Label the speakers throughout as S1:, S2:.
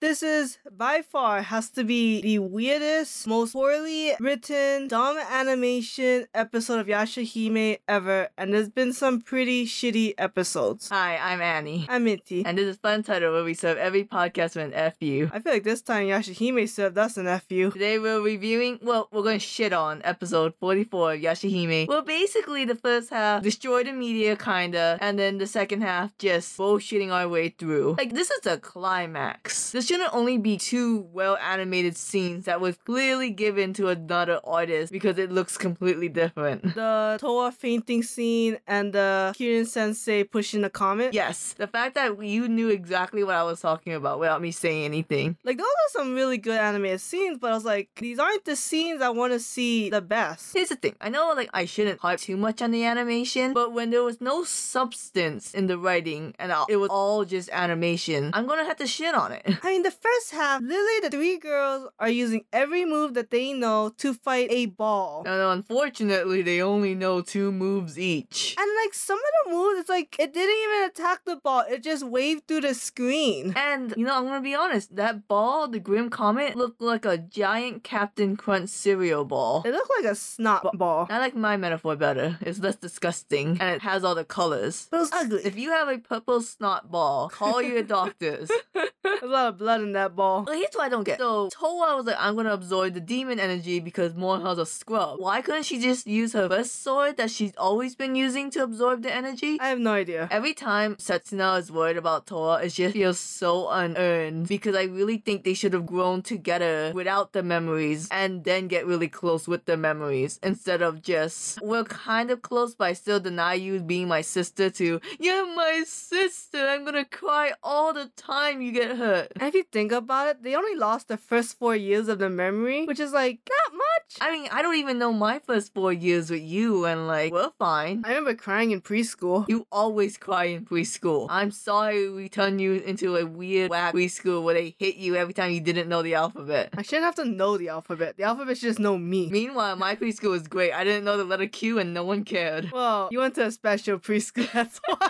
S1: This is by far has to be the weirdest, most poorly written, dumb animation episode of Yashahime ever, and there's been some pretty shitty episodes.
S2: Hi, I'm Annie.
S1: I'm Minty.
S2: And this is Fun Title where we sub every podcast with an F you.
S1: I feel like this time Yashahime served us an FU.
S2: Today we're reviewing, well, we're going to shit on episode 44 of Yashahime. Well, basically the first half destroyed the media, kinda, and then the second half just bullshitting our way through. Like, this is the climax. This shouldn't only be two well animated scenes that was clearly given to another artist because it looks completely different.
S1: The Toa fainting scene and the Kirin sensei pushing the comet.
S2: Yes, the fact that you knew exactly what I was talking about without me saying anything.
S1: Like those are some really good animated scenes, but I was like, these aren't the scenes I want to see the best.
S2: Here's the thing. I know like I shouldn't harp too much on the animation, but when there was no substance in the writing and it was all just animation, I'm gonna have to shit on it.
S1: I mean, the first half, literally the three girls are using every move that they know to fight a ball.
S2: No, no, unfortunately, they only know two moves each.
S1: And like some of the moves, it's like it didn't even attack the ball. It just waved through the screen.
S2: And, you know, I'm gonna be honest, that ball, the Grim Comet, looked like a giant Captain Crunch cereal ball.
S1: It looked like a snot b- ball.
S2: I like my metaphor better. It's less disgusting and it has all the colors.
S1: But it was ugly.
S2: If you have a purple snot ball, call your doctors.
S1: There's a lot of blood in that ball.
S2: Well, here's what I don't get. So Toa was like, I'm gonna absorb the demon energy because Moroha's a scrub. Why couldn't she just use her best sword that she's always been using to absorb the energy?
S1: I have no idea.
S2: Every time Setsuna is worried about Toa, it just feels so unearned because I really think they should have grown together without the memories and then get really close with the memories instead of just we're kind of close but I still deny you being my sister to you're my sister. I'm gonna cry all the time you get hurt.
S1: And if you think about it, they only lost the first four years of the memory, which is like not much.
S2: I mean, I don't even know my first four years with you, and like, we're fine.
S1: I remember crying in preschool.
S2: You always cry in preschool. I'm sorry we turned you into a weird, whack preschool where they hit you every time you didn't know the alphabet.
S1: I shouldn't have to know the alphabet. The alphabet should just know me.
S2: Meanwhile, my preschool was great. I didn't know the letter Q, and no one cared.
S1: Well, you went to a special preschool, that's why.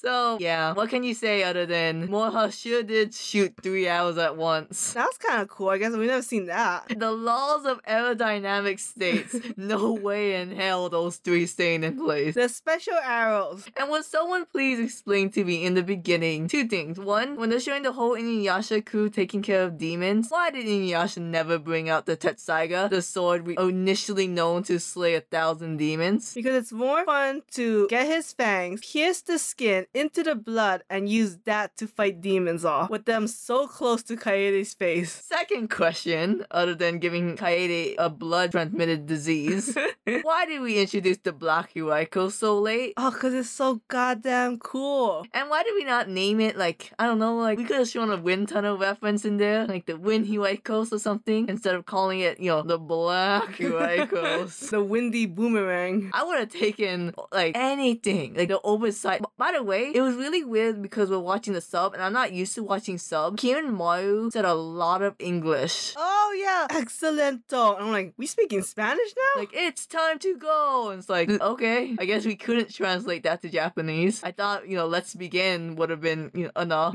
S2: So, yeah, what can you say other than Moha sure did shoot three arrows at once?
S1: That's kind of cool. I guess we've never seen that.
S2: The laws of aerodynamic states, no way in hell those three staying in place.
S1: The special arrows.
S2: And will someone please explain to me in the beginning two things? One, when they're showing the whole Inuyasha crew taking care of demons, why did Inuyasha never bring out the Tetsaiga, the sword we initially known to slay a thousand demons?
S1: Because it's more fun to get his fangs, pierce the skin into the blood, and use that to fight demons off, with them so close to Kaede's face.
S2: Second question, other than giving Kaede a blood transmitted disease, why did we introduce the Black Huayco so late?
S1: Oh, because it's so goddamn cool.
S2: And why did we not name it like I don't know, like we could have shown a wind tunnel reference in there, like the wind Huaycos or something, instead of calling it, you know, the Black Huaycos.
S1: the windy boomerang.
S2: I would have taken like anything, like the oversight. By the way, it was really weird because we're watching the sub, and I'm not used to watching sub. Kieran Maru said a lot of English.
S1: Oh yeah, excellento. And I'm like, we speaking Spanish now?
S2: Like, it's time to go. And it's like, okay. I guess we couldn't translate that to Japanese. I thought, you know, let's begin would have been you know, enough.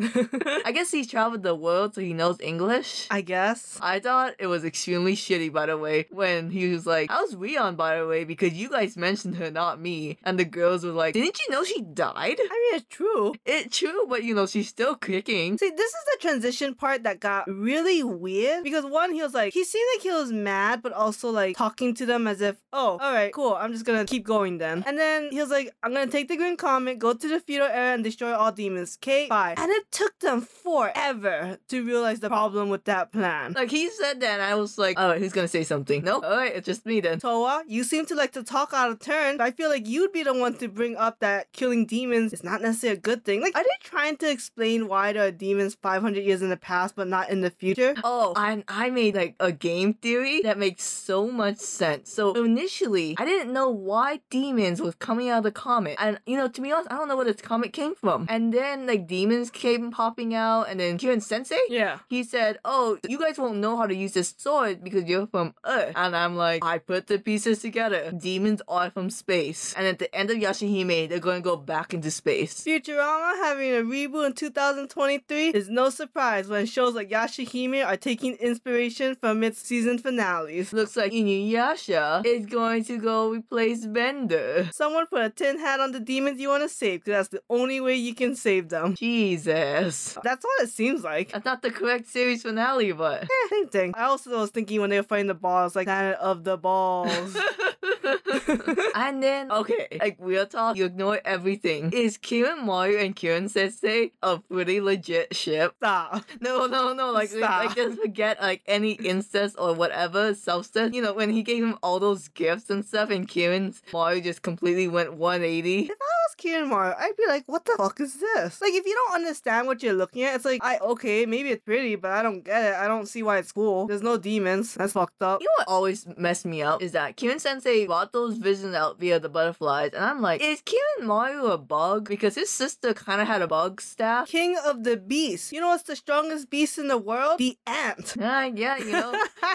S2: I guess he traveled the world so he knows English.
S1: I guess.
S2: I thought it was extremely shitty, by the way, when he was like, How's Rion, by the way? Because you guys mentioned her, not me. And the girls were like, Didn't you know she died?
S1: I mean, it's true.
S2: It's true, but you know, she's still kicking.
S1: See, this is the transition part that got really weird because one, he was like, he seemed like he was mad, but also like talking to them as if, oh, all right, cool, I'm just gonna keep going then. And then he was like, I'm gonna take the green comet, go to the feudal era, and destroy all demons. K, bye. And it took them forever to realize the problem with that plan.
S2: Like, he said that, and I was like, Oh, who's gonna say something? No, all right, it's just me then.
S1: Toa, you seem to like to talk out of turn. But I feel like you'd be the one to bring up that killing demons is not necessarily a good thing. Like, are they trying to explain why there are demons 500 years in the past but not in the future?
S2: Oh, I, I made like a game theory that makes so much sense. So initially, I didn't know why demons was coming out of the comet, and you know, to be honest, I don't know where this comet came from. And then like demons came popping out, and then Kieran Sensei,
S1: Yeah.
S2: he said, "Oh, you guys won't know how to use this sword because you're from Earth." And I'm like, I put the pieces together. Demons are from space, and at the end of Yashihime, they're going to go back into space.
S1: Futurama having a reboot in 2023 is no surprise when shows like Yashahime are taking inspiration from its season finales.
S2: Looks like Inuyasha is going to go replace Bender.
S1: Someone put a tin hat on the demons you want to save because that's the only way you can save them.
S2: Jesus.
S1: That's all it seems like. Eh,
S2: That's not the correct series finale, but.
S1: same thing. I also was thinking when they were fighting the balls, like Planet of the Balls.
S2: and then, okay, like real talk, you ignore everything. Is Kieran Mario and Kieran Sensei a pretty legit ship?
S1: Stop.
S2: No, no, no. Like,
S1: Stop.
S2: like just forget like any incest or whatever substance. You know, when he gave him all those gifts and stuff, and Kieran's Mario just completely went 180.
S1: was Kieran Mario, I'd be like, what the fuck is this? Like, if you don't understand what you're looking at, it's like, I okay, maybe it's pretty, but I don't get it. I don't see why it's cool. There's no demons. That's fucked up.
S2: You know what always messed me up is that Kieran Sensei brought those visions out via the butterflies, and I'm like, is Kieran Mario a bug? Because his sister kind of had a bug staff.
S1: King of the beasts. You know what's the strongest beast in the world? The ant.
S2: Ah, yeah, you know,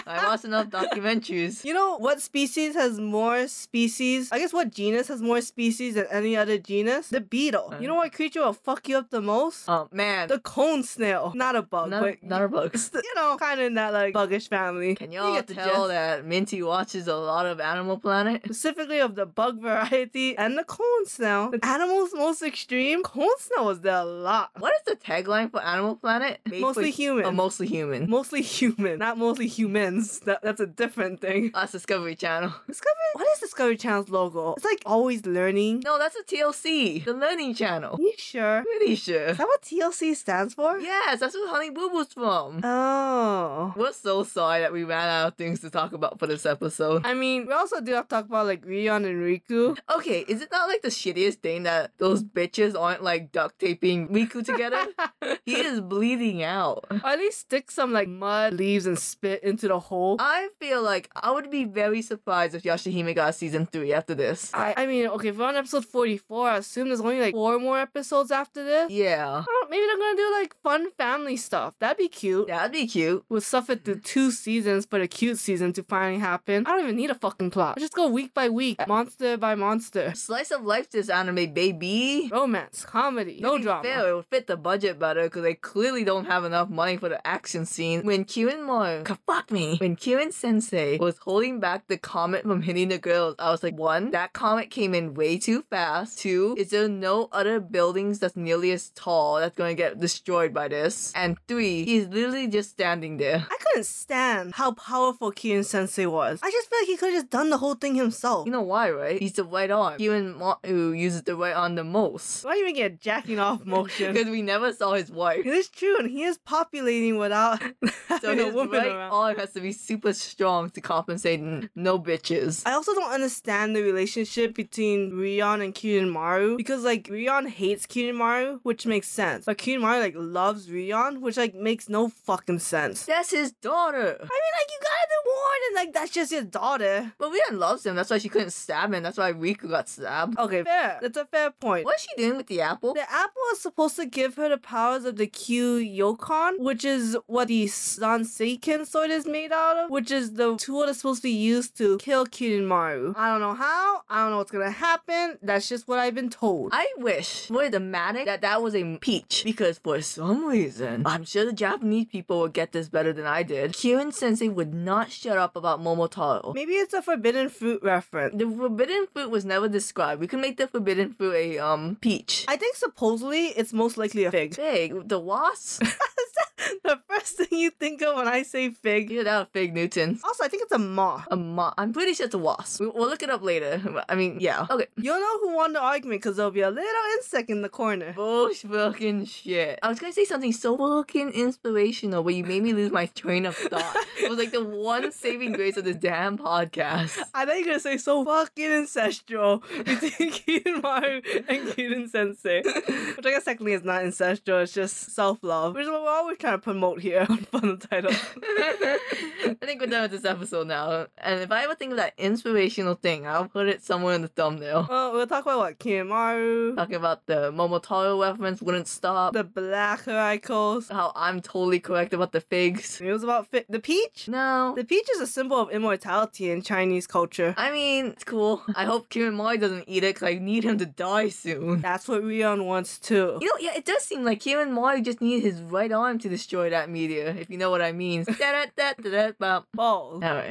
S2: I watched enough documentaries.
S1: You know what species has more species? I guess what genus has more species than any other genus? The beetle.
S2: Uh-huh.
S1: You know what creature will fuck you up the most?
S2: Oh man,
S1: The cone snail. Not a bug,
S2: not,
S1: but
S2: not a bug.
S1: it's the- you know, kind of in that like buggish family.
S2: Can
S1: You
S2: y'all
S1: get the
S2: tell
S1: gist.
S2: that Minty watches a lot of Animal Planet?
S1: Specifically of the bug variety and the cone snail. The animal's most extreme. Cone snail was there a lot.
S2: What is the tagline for Animal Planet? Made for-
S1: Mostly human.
S2: Oh, mostly human.
S1: Mostly human, not mostly humans. That, that's a different thing.
S2: That's Discovery Channel.
S1: Discovery. What is Discovery Channel's logo? It's like always learning.
S2: No, that's a TLC, the Learning Channel.
S1: Are you sure?
S2: Pretty sure.
S1: Is that what TLC stands for?
S2: Yes, that's what Honey Boo Boo's from.
S1: Oh.
S2: We're so sorry that we ran out of things to talk about for this episode.
S1: I mean, we also do have to talk about like Rion and Riku.
S2: Okay, is it not like the shittiest thing that those bitches aren't like duct taping Riku together? he is bleeding out.
S1: Or at least stick some like mud, leaves, and spit into the hole.
S2: I feel like I would be very surprised if Yashahime got season three after this.
S1: I, I mean, okay, if we're on episode 44, I assume there's only like four more episodes after this.
S2: Yeah,
S1: I don't- maybe they're gonna do like fun family stuff. That'd be cute.
S2: that'd be cute.
S1: We'll suffer through two seasons for the cute season to finally happen. I don't even need a fucking plot. Just go week by week, monster by monster.
S2: Slice of life, this anime, baby.
S1: romance, comedy,
S2: To
S1: no
S2: be
S1: drama.
S2: Fair, it would fit the budget better because they clearly don't have enough money for the action scene. When Kieran Moore, God, fuck me, when Kieran Sensei was holding back the comet from hitting the girls, I was like, one, that comet came in way too fast. Two, is there no other buildings that's nearly as tall that's going to get destroyed by this? And three, he's literally just standing there.
S1: I couldn't stand how powerful Kirin Sensei was. I just feel like he could have just done the whole thing himself.
S2: You know why, right? He's the right arm. Kieran Moore uses the right arm the most.
S1: why do you make it a jacking off motion?
S2: Because we never saw his wife.
S1: it is true, and he is populating without
S2: So
S1: having a
S2: his
S1: woman
S2: right
S1: around.
S2: arm has to be super strong to compensate n- no bitches.
S1: I also don't understand the relationship between Rion and Kirinmaru because like Rion hates Kirinmaru, which makes sense. But Kirinmaru like loves Rion, which like makes no fucking sense.
S2: That's his daughter.
S1: I mean like you gotta be warned and like that's just your daughter.
S2: But Rian loves him. That's why she couldn't stab him. That's why Riku got stabbed.
S1: Okay, fair. That's a fair point.
S2: What's she doing with the apple?
S1: The apple is supposed to give her the powers of the Q Yokon, which is what the Sanseiken sword is made out of, which is the tool that's supposed to be used to kill Kirinmaru. I don't know how, I don't know what's gonna happen, that's just what I've been told.
S2: I wish for the Matic that that was a peach because for some reason I'm sure the Japanese people would get this better than I did. Kieran Sensei would not shut up about Momotaro.
S1: Maybe it's a forbidden fruit reference.
S2: The forbidden fruit was never described. We could make the forbidden fruit a um peach.
S1: I think supposedly it's most likely a fig.
S2: Fig, the wasp.
S1: the first thing you think of when I say fig.
S2: Get out, Fig Newton.
S1: Also, I think it's a moth.
S2: A mo- I'm pretty sure it's a wasp. We- We'll look it up later. I mean, yeah. Okay.
S1: You'll know who won the argument because there'll be a little insect in the corner.
S2: Bullsh fucking shit. I was gonna say something so fucking inspirational, but you made me lose my train of thought. it was like the one saving grace of this damn podcast.
S1: I thought you were gonna say so fucking ancestral between Kirinmaru and Kirin Sensei. Which I guess technically is not ancestral, it's just self love. Which is what we're always trying to promote here on on the title.
S2: I think we're done with this episode now. And if I ever think of that inspirational thing, I'll put it somewhere in the thumbnail.
S1: well, we'll talk about what Kimaru,
S2: Talking about the Momotaro reference wouldn't stop.
S1: the black Raikos.
S2: How I'm totally correct about the figs.
S1: It was about fi- the peach.
S2: No.
S1: The peach is a symbol of immortality in Chinese culture.
S2: I mean, it's cool. I hope Kieran Mori doesn't eat it because I need him to die soon.
S1: That's what Rion wants too.
S2: You know, yeah, it does seem like Kieran Mori just needed his right arm to destroy that meteor, if you know what I mean. Da-da-da-da-da-bum.
S1: Balls.
S2: Alright.